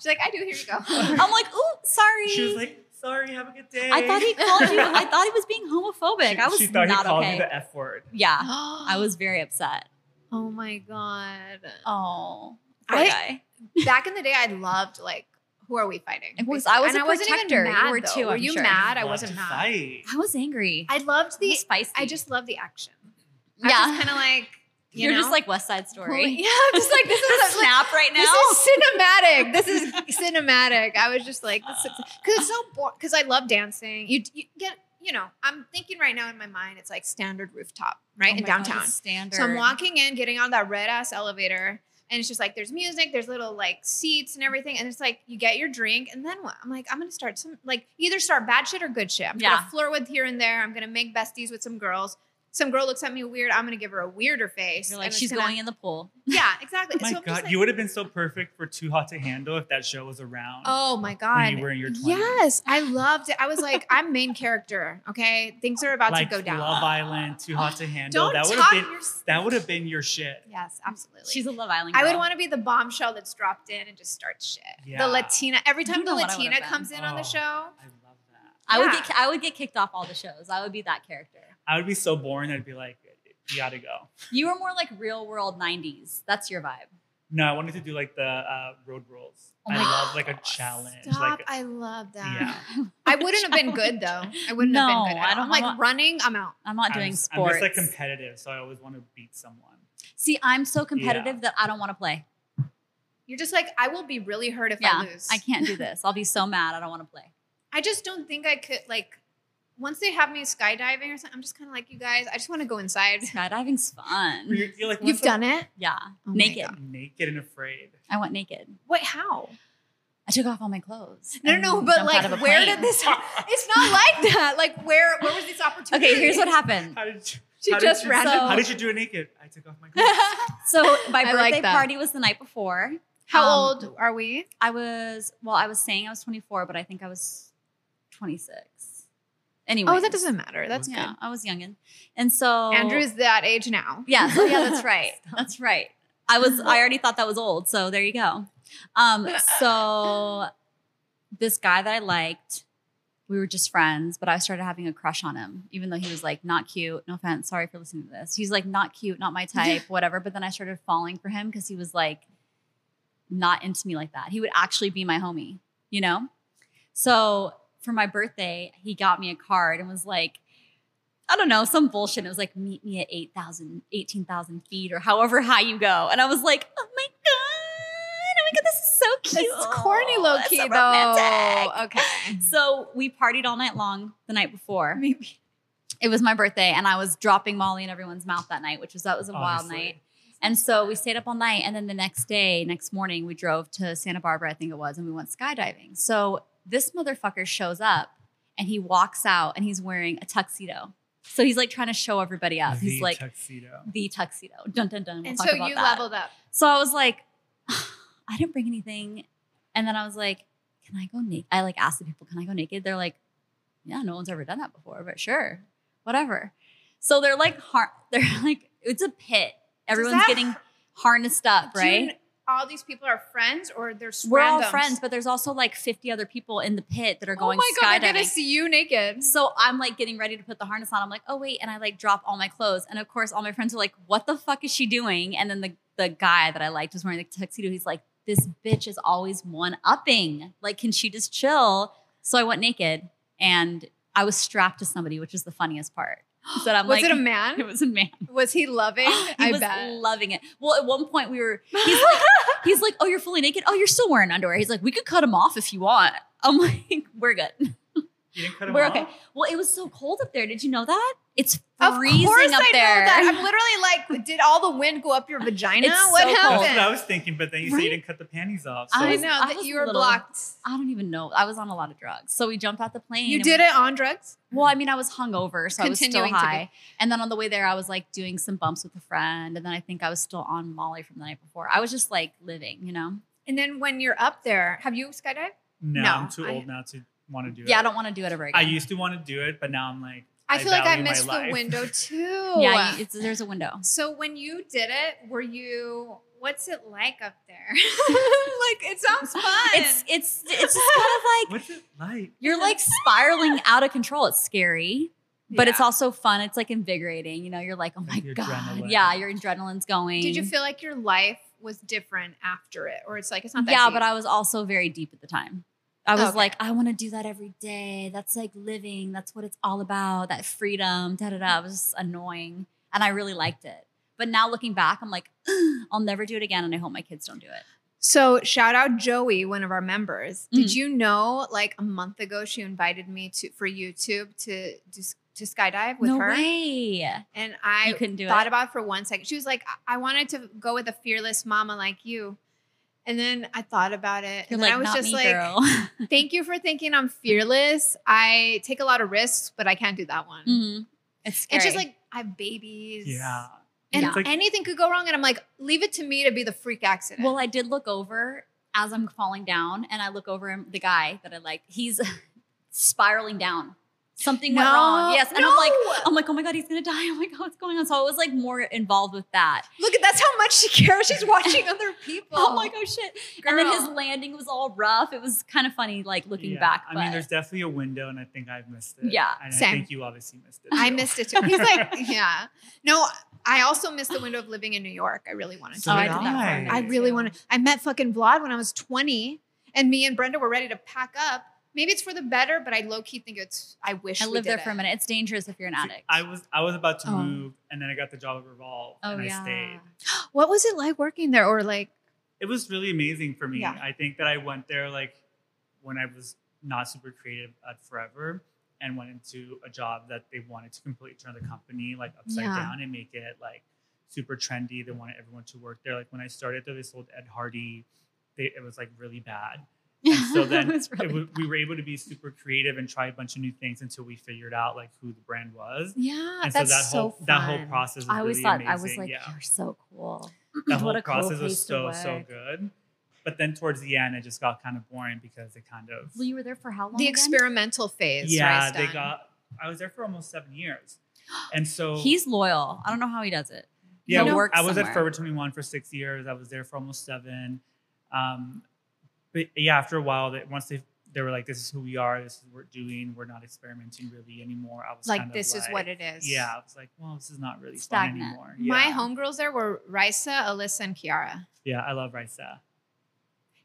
She's like, I do. Here you
*laughs*
go.
I'm like, oh, sorry.
She was like, "Sorry, have a good day."
I thought he called you. I thought he was being homophobic.
She-
I was
she thought
not
he called
okay.
me the F word.
*gasps*
yeah,
I
I was very upset.
Oh my god.
Oh, poor
I-
guy.
Back in the day, I loved like, who are we fighting?
It was-
Basically.
I was
and
a
I wasn't
protector.
even
You
mad.
were
though.
too,
Were
I'm
you
sure.
mad? I
Love
wasn't
to
*laughs*
mad.
Fight.
I was angry.
I loved
I
the.
was spicy.
I just love the action.
yeah.
I was kind of like.
*laughs*
You
You're
know?
just like West Side *laughs* Story.
Yeah, I'm just like this is *laughs* like,
snap right now.
This is cinematic. This is cinematic. I was just like, because it's so boring. Because I love dancing. You, you get, you know, I'm thinking right now in my mind, it's like standard rooftop, right
Oh
in downtown.
standard.
so I'm walking in, getting on that red ass elevator, and it's just like there's music, there's little like seats and everything, and it's like you get your drink, and then what? I'm like, I'm gonna start some like either start bad shit or good shit. I'm
Yeah.
gonna flirt with here and there. I'm gonna make besties with some girls. Some girl looks at me weird. I'm gonna give her a weirder face.
You're
and
like,
it's
she's
gonna-
going in the pool.
Yeah, exactly.
Oh My
so I'm
God,
just like,
you would have been so perfect for Too Hot to Handle if that show was around.
Oh my god.
when you were in your 20s.
Yes, I loved it. I was like, I'm main character. Okay, things are about
like
to go down.
Love Island, Too Hot to Handle.
Don't
that would
talk
have been
your.
that would have been your shit.
Yes, absolutely.
She's a Love Island.
I would
girl.
want to be the bombshell that's dropped in and just starts shit.
Yeah.
The Latina. Every time
You
the
know what I
Latina
would've been.
comes in on the
Oh.
show,
I love that.
I would
yeah.
get. I would get kicked off all the shows. I would be that character.
I would be so boring. I'd be like, you gotta go.
You were more like real world '90s. That's your vibe.
No, I wanted to do like the uh, road rules.
Oh
I
my
love like a challenge.
stop.
Like
I love that.
yeah,
I wouldn't have been good though. I wouldn't have
No,
been good.
I
At
don't-
all. I'm like
I'm not-
running. I'm out.
I'm not doing
I'm, just- I'm
sports.
just like competitive, so I always want to beat someone.
See, I'm so competitive that I don't want to play.
You're just like I will be really hurt if
yeah,
I lose.
I can't do this. I'll be so mad. I don't want to
*laughs*
play.
I just don't think I could like. Once they have me skydiving or something, I'm just kind of like you guys. I just want to go
*laughs*
inside.
Skydiving's fun.
You're, you're like
You've
once
done it.
Yeah,
Oh my
naked.
God.
I'm naked and afraid.
I went naked.
Wait, how?
I took off all my clothes.
No,
and
no, no. But
jumped out of a
like, where
plane.
did
*laughs*
this? It's not like that. Like, where? Where was this opportunity?
Okay,
*laughs*
here's what happened.
How did you,
She
how did
just
you-
ran.
So-
*laughs* How did you do it naked? I took off
*laughs*
my clothes.
So my
I
birthday
like that.
party was the night before.
How
Um,
old are we?
I was well, I was saying I was 24, but I think I was 26. Anyway,
Oh, that doesn't matter. That's
yeah, I was youngin, and so
good. Andrew's that age now.
*laughs* yeah, so yeah,
*laughs*
that's right, that's right. I was I already thought that was old, so there you go. Um, so this guy that I liked, we were just friends, but I started having a crush on him, even though he was like not cute. No offense, sorry for listening to this. He's like not cute, not
*laughs*
my type, whatever. But then I started falling for him because he was like not into me like that. He would actually be my homie, you know? So for my birthday, he got me a card and was like, I don't know, some bullshit. It was like, meet me at 8,000, 18,000 feet or however high you go. And I was like, oh my God. Oh my God, this is so cute.
It's corny low
That's
key
so romantic.
though. Okay.
So we partied all night long the night before.
Maybe.
It was my birthday, and I was dropping Molly in everyone's mouth that night, which was that was a wild
Honestly.
night. And so we stayed up all night, and then the next day, next morning, we drove to Santa Barbara, I think it was, and we went skydiving. So this motherfucker shows up, and he walks out, and he's wearing a tuxedo. So he's like trying to show everybody up. He's
The
like
tuxedo.
the tuxedo. Dun dun dun. We'll
And
talk
so
about
you
that.
leveled up.
So I was like, *sighs* I didn't bring anything. And then I was like, can I go naked? I like asked the people, can I go naked? They're like, yeah, no one's ever done that before, but sure, whatever. So they're like, har- *laughs* they're like, it's a pit. Everyone's
that-
getting harnessed up,
Do you
right?
kn- all these people are friends or they're
We're all
randoms?
friends, but there's also like 50 other people in the pit that are
Oh
going
my god, they're gonna
skydiving.
see you naked.
So I'm like getting ready to put the harness on. I'm like, oh wait, and I like drop all my clothes. And of course, all my friends are like, what the fuck is she doing? And then the the guy that I liked was wearing the tuxedo. He's like, this bitch is always one upping. Like, can she just chill? So I went naked and I was strapped to somebody, which is the funniest part. Is That I'm
was
like,
it
*laughs*
a
It
man?
was a man.
Was he
*gasps* *laughs*
loving?
He
I
was
bet.
loving it. Well, at one point we were. He's
*laughs*
like, he's like, oh, you're fully naked. Oh, you're still wearing underwear. He's like, we could cut him off if you want. I'm *laughs* like, we're good.
You didn't cut him
We're
off?
okay. Well, it was so cold up there. Did you know that? It's
of
freezing
course
up
I
there. *laughs*
know that. I'm literally like, did all the wind go up your vagina?
It's
what
so cold.
That's
happened?
what I was thinking, but then you said
Right?
you didn't cut the panties off. So
I
I
was-
know
I
that
was
you were
little.
blocked.
I don't even know. I was on a lot of drugs. So we jumped out the plane.
You
and
did
we-
it on drugs?
Well, I mean, I was hungover, so I was still
Continuing to be-
high. And then on the way there, I was like doing some bumps with a friend. And then I think I was still on Molly from the night before. I was just like living, you know?
And then when you're up there, have you skydived?
no,
No,
I'm too
I-
old now to want to do it.
Yeah, I don't want to do it ever again.
I used to want to do it, but now I'm like,
I feel like I
value my
missed the
life. *laughs*
window too.
yeah, you- it's, there's a window.
So when you did it, were you? What's it like up
*laughs*
there? like it sounds fun.
It's it's it's just kind of like
What's it like?
you're like spiraling out of control. It's scary. but it's
Yeah.
also fun. It's like invigorating. You know, you're like, oh my
Like your
god,
adrenaline.
yeah, your adrenaline's going.
Did you feel like your life was different after it, or it's like it's not that?
yeah,
deep?
but I was also very deep at the time. I was
Okay.
like, I want to do that every day. That's like living. That's what it's all about. That freedom. Da da da. It was just annoying, and I really liked it. But now looking back, I'm like, I'll never do it again, and I hope my kids don't do it.
So shout out Joey, one of our members.
Mm.
Did you know? Like a month ago, she invited me to for YouTube to do s- to skydive with
no
her,
way.
and I
you couldn't do
thought
it.
about it for one second. She was like, I-, "I wanted to go with a fearless mama like you," and then I thought about it,
You're
and
like,
then I was
not
just
me,
like,
girl. *laughs*
"Thank you for thinking I'm fearless. I take a lot of risks, but I can't do that one."
Mhm. It's scary.
And she's like, "I have babies,
Yeah.
and
Yeah.
Like-
anything could go wrong." And I'm like, "Leave it to me to be the freak accident."
Well, I did look over as I'm falling down, and I look over him, the guy that I like. He's *laughs* spiraling down. Something went wrong. Yes, and I'm like,
no!
I'm like, oh my god, he's gonna die. Oh my god, what's going on? So I was like more involved with that.
Look, that's how much she cares. She's watching *laughs* other people.
I'm like, oh shit. And then his
Girl.
landing was all rough. It was kind of funny, like looking
Yeah.
back.
I
but-
mean, there's definitely a window, and I think I've missed it.
Yeah,
and
same.
I think you obviously missed it.
I
too.
missed it too. He's *laughs* like, yeah. No, I also missed the window of living in New York. I really wanted to.
So
oh,
do
I
that.
did that. for a
I.
minute,
I really
too.
wanted. I met fucking Vlad when I was 20, and me and Brenda were ready to pack up. Maybe it's for the better, but I low key think it's. I wish
I
we
lived
did
there for a
it.
minute. It's dangerous if you're an
See,
addict.
I was I was about to
Oh.
move, and then I got the job at Revolve,
oh
and I
yeah. *laughs*
stayed.
What was it like working there, or like?
It was really amazing for me.
Yeah.
I think that I went there like when I was not super creative at Forever, and went into a job that they wanted to completely turn the company like upside
Yeah.
down and make it like super trendy. They wanted everyone to work there. Like when I started there, they sold Ed Hardy. They, it was like really bad. And so then
*laughs* It was really-
it wa- we were able to be super creative and try a bunch of new things until we figured out like who the brand was.
Yeah,
Ah,
And
that's
so that whole
fun.
that whole process. Is
I always
really
thought
amazing.
I was like,
yeah.
you're so cool.
that
what
whole
a cool
process
place
was
to
so so
work.
good. But then towards the end, it just got kind of boring because it kind of
Well, you were there for how long?
The
again?
experimental phase.
yeah
right,
they
Stan?
got. I was there for almost seven years, and
*gasps*
so
He's loyal. I don't know how he does it.
yeah.
you know-
I was
somewhere.
at Forever Twenty One for six years. I was there for almost seven. Um, but yeah, after a while, that once they they were like, "This is who we are. This is what we're doing. We're not experimenting really anymore." I was
like
kind of
this is
like-
what it is.
Yeah, I was like, "Well, this is not really
Stagnant.
fun anymore."
My
Yeah.
homegirls there were Risa, Alyssa, and Kiara.
Yeah, I love Risa.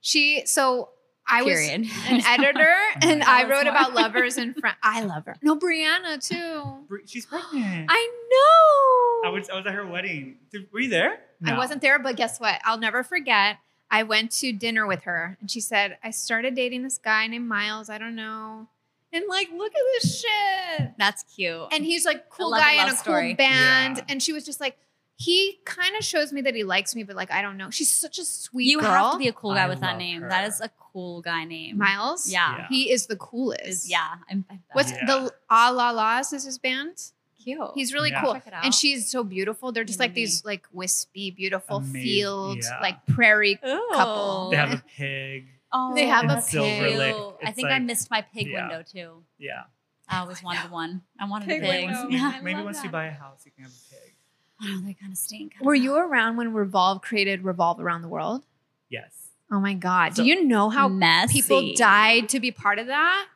She so I was
*laughs* Period.
an editor and
That
I
was
wrote
one.
*laughs* about lovers and friends. I love her. Oh No, Brianna too.
Br-
*gasps*
She's pregnant.
I know.
I was I was at her wedding. Did- were you there?
I wasn't there, but guess what? I'll never forget. I went to dinner with her and she said, I started dating this guy named Miles. I don't know. And like, look at this shit.
That's cute.
And he's like cool
love a
guy in
love
a
story.
cool band.
Yeah.
And she was just like, he kind of shows me that he likes me, but like I don't know. She's such a sweet
you
girl.
have to be a cool guy
I
with that
love
name.
her.
That is a cool guy name.
Miles.
Yeah.
He is the coolest.
Is, yeah. I'm, I bet.
What's
Yeah. Oh,
the Ah La La's is his band?
cute?
He's really
Yeah.
cool.
Check it out.
And she's so beautiful. They're just like
Yummy.
these like wispy, beautiful
Amazing.
field,
Yeah.
like prairie
Ooh.
couple.
They have a pig.
Oh,
They have
a
that's
pig. Silver Lake.
cute. I
It's
think I
like-
missed my pig
yeah.
window too.
Yeah.
I always wanted one. I wanted
Oh Pig
a
Maybe
pig.
window.
*laughs*
once-
Yeah,
I
maybe maybe
love
once you
that.
buy a house, you can have a pig.
Wow, they kind of stink.
Were you around when Revolve created Revolve Around the World?
Yes.
Oh my God.
So-
Do you know how
messy?
people died to be part of that?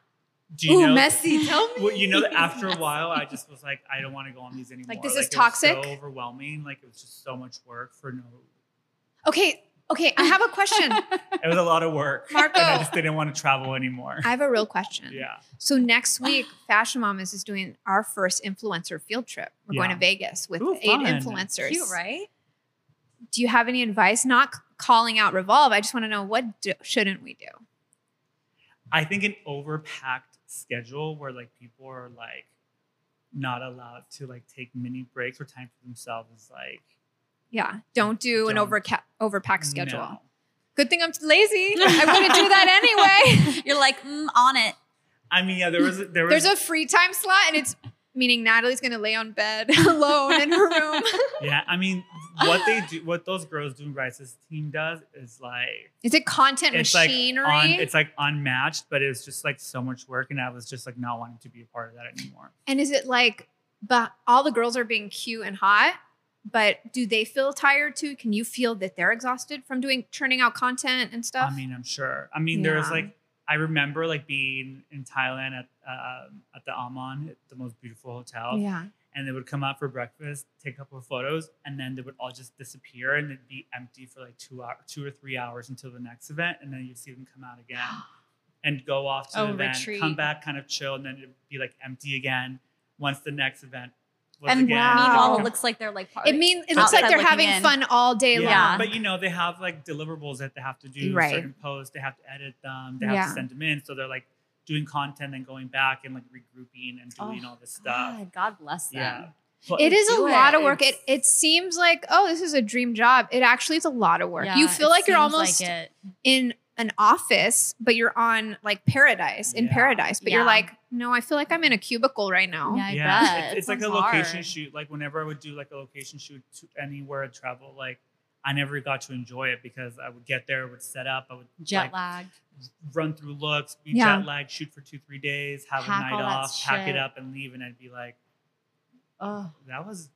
Do you
Ooh,
know?
messy. Tell me.
Well, you know that after a while, I just was like, I don't want to go on these anymore.
this is
it was
toxic?
So overwhelming. Like it was just so much work for no.
*laughs* Okay. Okay. I have a *laughs* question,
It was a lot of work.
*laughs* Marco.
And I just didn't want to
*laughs*
travel anymore.
I have a real question.
yeah.
So next week, Fashion Mamas is doing our first influencer field trip. We're going
Yeah.
to Vegas with
Ooh,
eight
fun.
influencers.
Cute, *laughs* right?
Do you have any advice? Not c- calling out Revolve. I just want to know what do, shouldn't we do?
I think an overpacked schedule where like people are like not allowed to like take mini breaks or time for themselves is like
Yeah. Don't do an
Don't.
overca- overpack schedule.
no.
Good thing I'm lazy. I wouldn't do
*laughs*
that anyway.
*laughs* You're like mm, on it.
I mean, yeah, there was there was
There's a free time slot, and it's meaning Natalie's gonna lay on bed *laughs* alone in her
*laughs*
room.
yeah. I mean, what they do, what those girls doing Rice's team does is like
Is it content
it's like
machinery?
on it's like unmatched, but it's just like so much work, and I was just like not wanting to be a part of that anymore.
and is it like, but all the girls are being cute and hot, but do they feel tired too? Can you feel that they're exhausted from doing churning out content and stuff?
I mean, I'm sure. I mean, there was
Yeah.
like I remember like being in Thailand at um at the Amon, the most beautiful hotel,
yeah.
and they would come out for breakfast, take a couple of photos, and then they would all just disappear and it'd be empty for like two hour, two or three hours until the next event, and then you'd see them come
*gasps*
out again and go off to
Oh,
the event,
retreat.
come back, kind of chill, and then it'd be like empty again once the next event was
and
again.
wow.
they'd
meanwhile,
come-
it looks like they're like part
It mean it looks
Outside
like they're
looking
having
in.
fun all day
yeah,
long.
but you know they have like deliverables that they have to do
Right.
certain posts, they have to edit them, they have
Yeah.
to send them in, so they're like doing content and going back and like regrouping and doing
Oh,
all this stuff.
God, God bless them.
Yeah. But
it is a
do it.
lot of work. It
It's-
it seems like oh this is a dream job. It actually is a lot of work. you
Yeah,
feel
it
like you're
seems
almost
like it.
in an office, but you're on like paradise in
Yeah.
paradise, but you're
Yeah.
like, no, I feel like I'm in a cubicle right now.
Yeah, I
yeah,
bet.
it's, it's like a
Sounds
location
hard.
shoot. Like whenever I would do like a location shoot to anywhere I travel, like I never got to enjoy it because I would get there, would set up, I would
jet
like,
lagged.
run through looks, be
Yeah.
jet lagged, shoot for two three days, have
Pack
a
all
night
that
off, pack
shit.
it up, and leave, and I'd be like,
Oh,
that
*laughs*
was.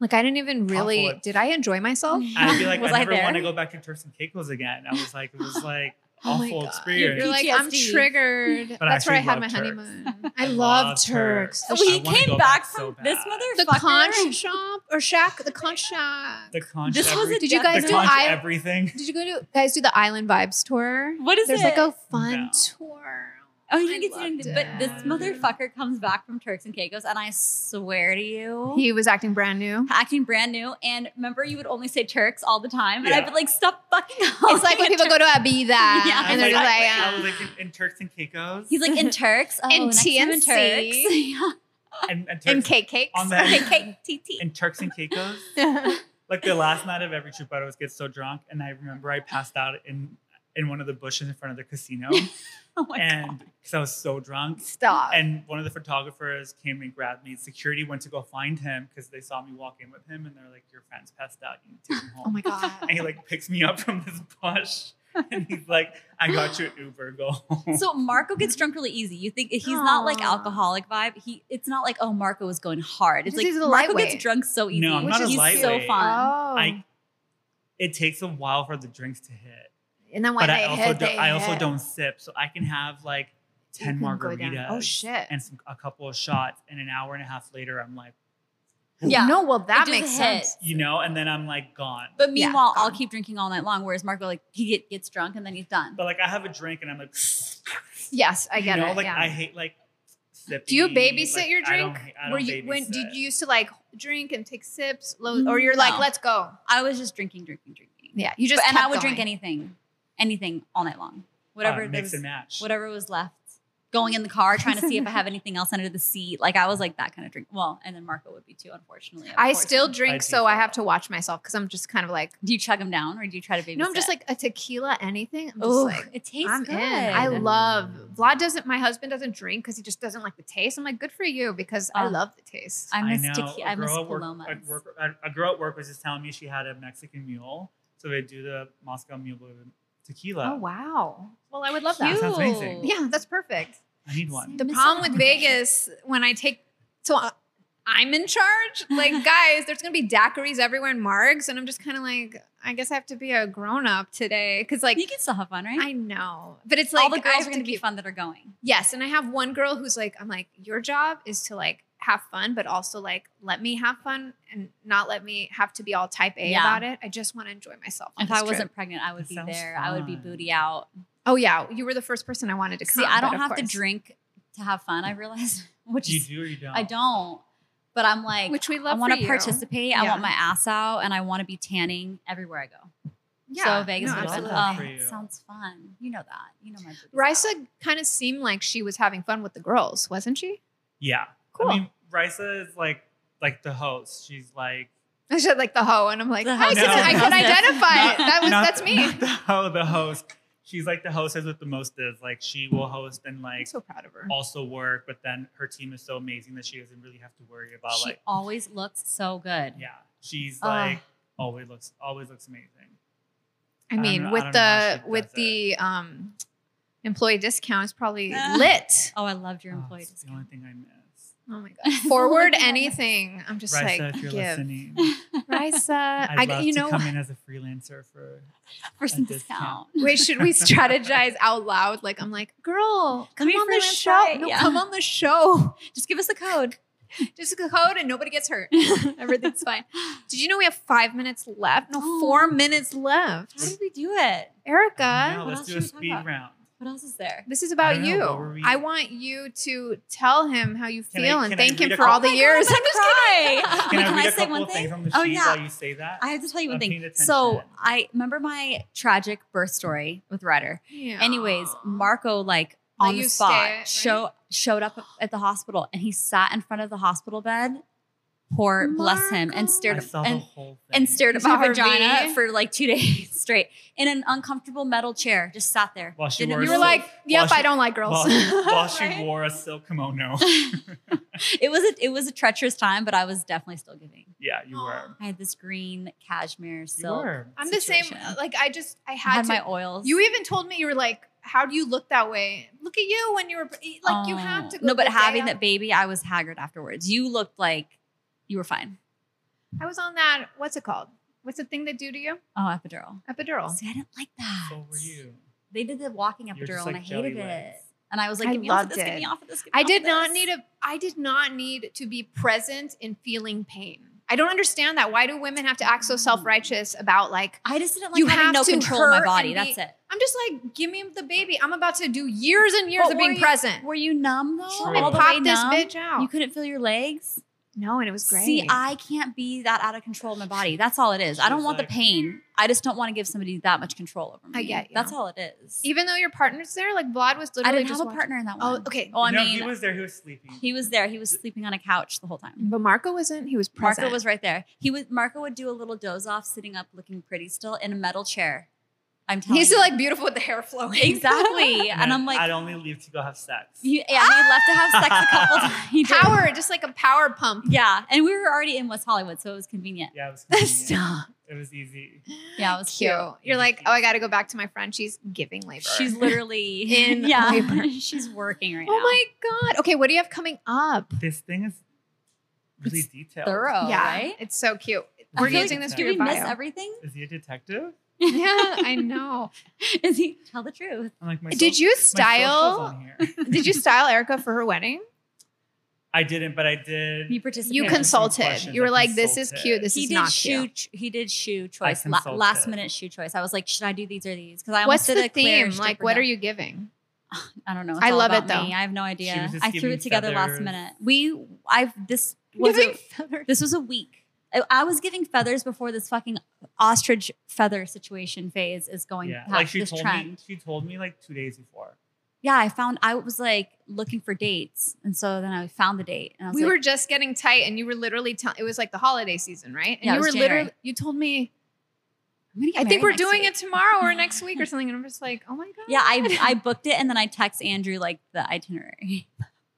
Like I didn't even
Awful
really
at-
did I enjoy myself?
I'd be like,
Was
I
I
never want to
there?
go back to Turks and Caicos again. I was like, it
*laughs*
was like
Oh my
awful
God.
experience.
You're like, I'm
PTSD.
triggered.
But I
That's where I
actually
had my
love Turks.
honeymoon. I
I
love
love
Turks. The, sh-
Turks.
we
I wanna
came
go
back
back
from
so
this
bad.
the
motherfucker.
conch shop or shack, the conch shack.
the conch.
This was
every-
a
Did you guys
the
do
conch
I-
everything.
Did you go to guys do the Island Vibes tour?
What is
There's
it?
like a fun
No.
tour.
oh, you
I
didn't get to do
loved
anything. But this
it.
motherfucker comes back from Turks and Caicos, and I swear to you,
He was acting brand *laughs* new.
acting brand new. And remember, you would only say Turks all the time, and
Yeah.
I'd be like, "Stop fucking."
Oh, It's like when people go to *laughs*
*laughs*
Abida
Yeah.
and they're just like, um,
Exactly.
I
"Ah."
was like in, in Turks and Caicos.
He's like
*laughs*
in Turks. Oh,
In
next time in
TNC.
Turks.
and, and
*laughs*
Turks
and cake cakes.
on
Yeah. *laughs* K
that-
K T T.
in Turks and Caicos. like the last night of every trip, I always get so drunk, and I remember I passed out in in one of the bushes in front of the casino,
*laughs* Oh my
and because I was so
*laughs*
drunk.
Stop.
And one of the photographers came and grabbed me. Security went to go find him because they saw me walk in with him, and they're like, "Your friend's passed out. You need to
*laughs*
take him home."
oh my god.
and he like picks me up from this bush, and he's like, "I got you an Uber. Go
*laughs*
home."
So Marco gets drunk really easy. You think he's not like
Aw.
alcoholic vibe. He it's not like oh Marco is going hard. It's
Because
like
he's a
Marco
lightweight.
gets drunk so easy.
No, *laughs* I'm
which
not a
is he's so
lightweight.
fun.
Oh.
I- it takes a while for the drinks to hit.
and then when
but
they
I also
hit,
do,
they
I also
hit.
don't sip, so I can have like
You
ten
can go down.
margaritas.
Oh shit.
And some, a couple of shots, and an hour and a half later, I'm like,
Yeah.
No, well, that
do the
makes
hit.
sense.
you know, and then I'm like gone.
But
Yeah,
meanwhile, I'll
gone.
keep drinking all night long. Whereas Marco, like, he get, gets drunk and then he's done.
But like I have a drink and I'm like,
Yes, *laughs* I
you
get
know,
it.
Like
yeah.
I hate like. Sipping.
do you babysit
Like,
your
I don't
drink?
hate- I
Were
don't
you when did
babysit.
you used to like drink and take sips, low, or you're like,
No.
let's go?
I was just drinking, drinking, drinking.
Yeah, you just
But- and I
kept
would drink
going.
anything, anything all night long. Whatever
Uh,
there
mix
was-
and match?
whatever was left. Going in the car, trying to see if I
*laughs*
have anything else under the seat. Like I was like that kind of drink. Well, and then Marco would be too, unfortunately. of
I
course.
still drink,
do
so I
that.
have to watch myself because I'm just kind of like,
Do you chug them down or do you try to babysit?
no, I'm just like a tequila, anything. I'm just
oh,
like,
it tastes
I'm
good.
in. I
good.
love Vlad doesn't. My husband doesn't drink because he just doesn't like the taste. I'm like, good for you because I
Oh.
love the taste.
I miss
know.
tequila.
A
I miss
girl at work-
uh,
at
palomas.
work- a- a girl at work was just telling me she had a Mexican mule, so they do the Moscow Mule with tequila.
oh wow. Well, I would love
That
that.
sounds amazing.
Yeah, that's perfect.
I need one.
The
miss
problem
out.
with Vegas when I take so I- I'm in charge.
*laughs*
Like guys, there's gonna be daiquiris everywhere and margs, and I'm just kind of like, I guess I have to be a grown up today because like
you can still have fun, right?
I know, but it's
All
like
the
I
girls
have
are
to
going to be
keep-
fun that are going.
Yes, and I have one girl who's like, I'm like, your job is to like have fun, but also like let me have fun and not let me have to be all type A
Yeah.
about it. I just want to enjoy myself. on
If
this
I
trip.
wasn't pregnant, I would
That
be
sounds
there. I would be
fun.
booty out.
oh yeah, you were the first person I wanted to come.
See, I
but
don't
of
have to
course-
drink to have fun. I realize, *laughs* which
you
is
do or you don't?
I don't. But I'm like,
which we love.
I want
for
to
you.
participate. I
Yeah.
want my ass out, and I want to be tanning everywhere I go.
Yeah,
so Vegas
no,
would have
absolutely.
been.
Love that
Oh,
for you.
sounds fun. You know that. You know my. boobies out.
Risa kind of seemed like she was having fun with the girls, wasn't she?
Yeah.
Cool.
I mean, Risa is like like the host. She's like
*laughs* I said like the hoe, and I'm like,
The
I
hoe.
can,
No.
I can
No.
identify.
Not-
that was
not-
that's me.
Not the, *laughs* ho- the host. She's like the hostess with the most is. Like she will host and
I'm
like
so proud of her.
also work, but then her team is so amazing that she doesn't really have to worry about
She
like
always looks so good.
yeah. She's
Ah.
like always looks always looks amazing.
I
don't
mean,
know- I
with
don't know how
the
she
with
does
the um employee discount
*laughs*
is probably
Ah.
lit.
Oh, I loved your
Oh,
employee
it's the only
discount.
thing I miss.
Oh my god.
*laughs* It's the
Forward
only thing I miss.
anything. I'm just
Risa,
like
if you're
give.
listening,
*laughs* Risa,
I'd
I
love
you
to
know
come in as a freelancer for
For some discount.
discount.
wait, should
*laughs*
we strategize out loud? Like I'm like, girl, come
be a
on the
freelance
show.
Friday.
No,
Yeah.
come on the show.
*laughs* Just give us the code.
*laughs* Just a code and nobody
*laughs*
gets hurt. Everything's fine. Did you know we have five minutes left? No, four
Oh.
minutes
How
left.
did we do it?
Erica,
No,
what
let's
else
do
should we
a
talk
speed
about?
round.
What else is there?
This is about
don't know,
you.
what were we-
I want you to tell him how you
Can I-
feel and
can I
thank him
read a
for all
couple-
the years.
Oh I'm just
*laughs*
kidding.
Can I
Can
read
I
a
say
couple
one
of things
thing?
on the sheet
Oh, yeah.
while you say that?
I have to tell you one
I'm
thing.
paying
So
attention.
I remember my tragic birth story with Ryder.
Yeah. *gasps*
Anyways, Marco like
Let
on the
you
spot
stay, right?
show showed up at the hospital and he sat in front of the hospital bed, poor bless him,
Marco.
and stared
I saw the
and,
whole thing.
and stared at
You
my
saw her
vagina
V?
for like two *laughs* days straight in an uncomfortable metal chair, just sat there.
While she
Didn't-
wore
you
you
were
so-
like, yep,
she-
I don't like girls.
*laughs*
*laughs*
while, while she
Right?
wore a silk kimono.
it was a, it was a treacherous time, but I was definitely still giving.
yeah, you were.
I had this green cashmere
You
silk. Ah,
were.
I'm the same.
situation.
Like I just, I
I
had,
had
to.
my oils.
you even told me you were like, how do you look that way? Look at you when you were e, like, you have
Oh.
to. Go
no, but
the day
having
of-
that baby, I was haggard afterwards. You looked like you were fine.
I was on that. What's it called? What's the thing they do to you?
Oh, epidural.
Epidural.
See, I didn't like that.
So were you.
They did the walking
You're just
epidural, and I
like jelly
hated it.
legs.
And I was like,
I
"Get me off of
loved
this! Get
it.
me off of this!" Get me
I
off
did
of
not
this.
need a. I did not need to be present in feeling pain. I don't understand that. Why do women have to act
Oh.
so self righteous about like
I just didn't like
You
having
have
no
to
control of my
hurt
body.
and be-
That's it.
I'm just like, give me the baby. I'm about to do years and years
But
of
were
being
you-
present.
Were you numb though?
True.
All the
Pop
way
this
numb?
bitch out.
You couldn't feel your legs.
no, and it was great.
See, I can't be that out of control of my body. That's all it is. I
She
don't
was
want
like- "Mm."
the pain. I just don't want to give somebody that much control over me.
I get you.
That's all it is.
even though your partner's there, like Vlad was
I
literally
didn't
just
have a
watching-
partner in that
Oh,
one.
okay.
Oh, I
no,
mean,
he was there. He was sleeping.
He was there. He was sleeping on a couch the whole time.
But Marco wasn't. He was present.
Marco was right there. He was Marco would do a little doze off, sitting up, looking pretty still in a metal chair. I'm telling
He's
you,
still like *laughs* beautiful with the hair flowing. *laughs*
exactly.
And
and
then
I'm like,
I'd only leave to go have sex.
you, *laughs* yeah, he left to have sex a
*laughs*
couple times. He did.
power, just like a power pump.
Yeah, and we were already in West Hollywood, so it was convenient.
yeah, it was. convenient.
Stop.
It was easy.
Yeah, it was
Cute.
cute.
You're like, oh, I got to go back to my friend. She's giving labor.
She's
*laughs*
literally
In
yeah,
labor.
she's working right now.
Oh my god. Okay, what do you have coming up?
This thing is really
It's
detailed.
thorough,
yeah,
right?
it's so cute.
I
We're
feel like-
using this for
Did
your
we miss
bio.
everything?
Is he a detective?
*laughs* yeah, *laughs* I know.
*laughs* Is he tell the truth?
I'm like, my
Did
so-
you
my social's
style?
on here. *laughs*
Did you style Erica for her wedding?
I didn't, but I did.
You participated.
You consulted.
questions,
You were
I
like, this is cute.
consulted.
This
he
is
did
not
shoe.
cute.
ch- He did shoe choice. la-
consulted.
last minute shoe choice. I was like, should I do these or these? Because I
What's
almost did
the
a Claire
theme? Like,
stripper
what are
dance.
you giving?
I don't know. It's
I
all
love
about
it, though.
Me. I have no idea.
just
I threw
giving
it together last
feathers.
minute. We, I've this was
Giving
a, this was a week. I, I was giving feathers before this fucking ostrich feather situation phase is going
yeah,
past
like she
this
told
trend.
me. She told me like two days before.
Yeah, I found I was like looking for dates, and so then I found the date, and I was
We
like,
were just getting tight, and you were literally telling. It was like the holiday season, right? And
Yeah, it
you were
was
literally.
January.
You told me.
I'm gonna get
I
married
think we're
next
doing
week.
it tomorrow
*laughs*
or next week or something. And I'm just like, oh my god.
Yeah, I *laughs* I booked it, and then I text Andrew like the itinerary.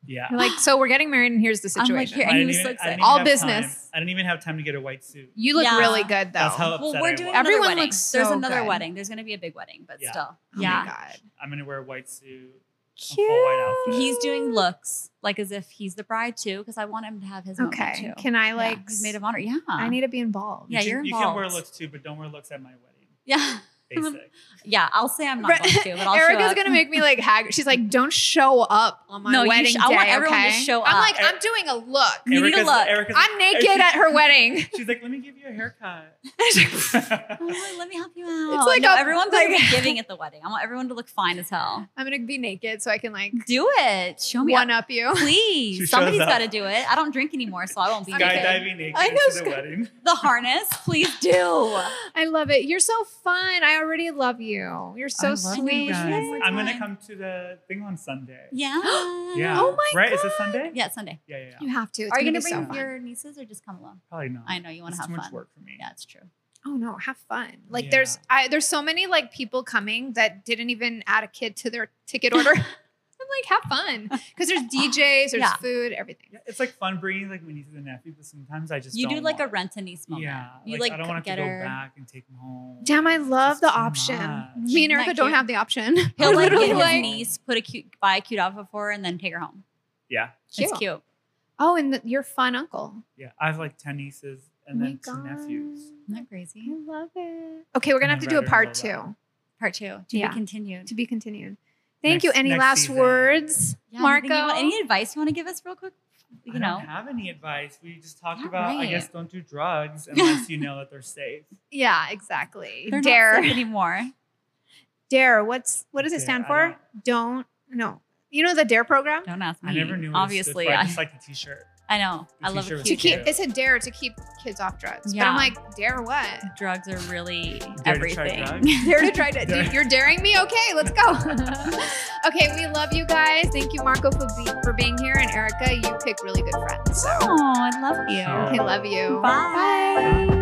Yeah.
You're like, so we're getting married, and here's the
I'm like,
situation.
here- And
I
he
didn't
was
even-
so
I didn't
excited.
even
All
have
business.
time. I didn't even have time to get a white suit.
you look
Yeah.
really good though.
That's how
Well,
upset
we're
I
doing
was.
another
Everyone
wedding.
looks
There's
so
another
good.
wedding. There's gonna be a big wedding, but
Yeah.
still,
Oh
yeah.
my god.
I'm gonna wear a white suit. a
Cute.
full white outfit.
He's doing looks like as if he's the bride too, because I want him to have his moment,
Okay.
too.
Can I
Yeah,
like?
he's maid of honor. Yeah,
I need to be involved.
Yeah,
you
you're
can, you can wear
involved.
looks too, but don't wear looks at my wedding.
yeah, *laughs*
Basic.
yeah. I'll say I'm
Right.
not going to, but I'll show
Erica's
up.
gonna make me like hagg. She's like, don't show up on my
No, you
wedding
sh-
day.
I want everyone to
okay?
show
I'm
up.
like, I'm doing a look.
*laughs*
You need to
Erica's,
look.
Erica's,
I'm naked at her wedding. *laughs*
She's like, let me give you
*laughs*
a haircut. *laughs*
Oh, let me help you out.
like
no,
a-
everyone's gonna
like-
be giving at the wedding. I want everyone to look fine as hell.
I'm gonna be naked so I can like
Do it. Show me
one
up.
up you. *laughs*
Please,
She shows
somebody's
up.
got to do it. I don't drink anymore, so I won't be naked.
Skydiving naked
I know
to
sky-
*laughs*
the wedding.
The harness, please do.
*gasps* I love it. You're so fun. I already love you. You're
I
so
love you
sweet.
guys.
Yes.
I'm gonna
time.
come to the thing on Sunday.
Yeah.
*gasps*
*gasps* Yeah.
Oh my
Right? Is it Sunday?
Yeah, it's Sunday.
Yeah, yeah, yeah.
You have to. It's
Are you
gonna
gonna bring
be so fun.
your nieces or just come alone?
Probably not.
I know you want
It's
to have
too
fun.
much work for me.
Yeah, it's true.
Oh no, have fun. Like
Yeah.
there's I there's so many like people coming that didn't even add a kid to their
*laughs*
ticket order. *laughs* I'm like, have fun. Because there's DJs, there's
Yeah.
food, everything.
Yeah, it's like fun bringing like my nieces and nephews, but sometimes I just
you
don't
do like a
want-
rent a niece moment.
Yeah,
you
I don't want to
get
have to go
her.
back and take them home.
Damn, I love
It's
the
too
option.
much.
Me and
Isn't
Erica
that
don't
cute?
have the option. *laughs*
He'll
We're
like
literally
get his
like-
niece, put a cute, buy a cute outfit for her, and then take her home.
Yeah,
Cute.
It's cute.
Oh, and the, your fun uncle.
yeah. I have like ten nieces and
Oh my
then two
God.
nephews.
Isn't that crazy?
I love it. Okay, we're gonna
I'm
have to do a
ready to
part
go
two
back.
Part two. To
Yeah.
be continued.
to be continued. Thank
Next-
you. Any
next
last
season.
words,
Yeah,
Marco?
anything you want- any advice you want to give us, real quick? You
I
know,
don't have any advice. We just talked
All
about. I
right.
guess don't
*laughs*
do drugs unless you know that they're safe.
yeah, exactly.
they're
Dare,
not safe anymore.
dare. What's what does it
Dare,
stand
I
for? Don't. No. You know the dare program
Don't ask me.
I never knew. what it
Obviously,
stood for. I
I,
just like the T-shirt.
I know.
The
I love
teacher
a
was
to
cute
keep.
Yeah.
It's a dare to keep kids off drugs. But
Yeah.
I'm like, dare what?
kid. Drugs are really
Dare to try
everything. *laughs*
drugs?
Dare to try to.
Dare.
You're daring me. Okay, let's go. *laughs* okay, we love you guys. Thank you, Marco, for, be, for being here, and Erica, you pick really good friends. So
oh, I love you.
Sure.
okay, love you.
Bye.
Bye.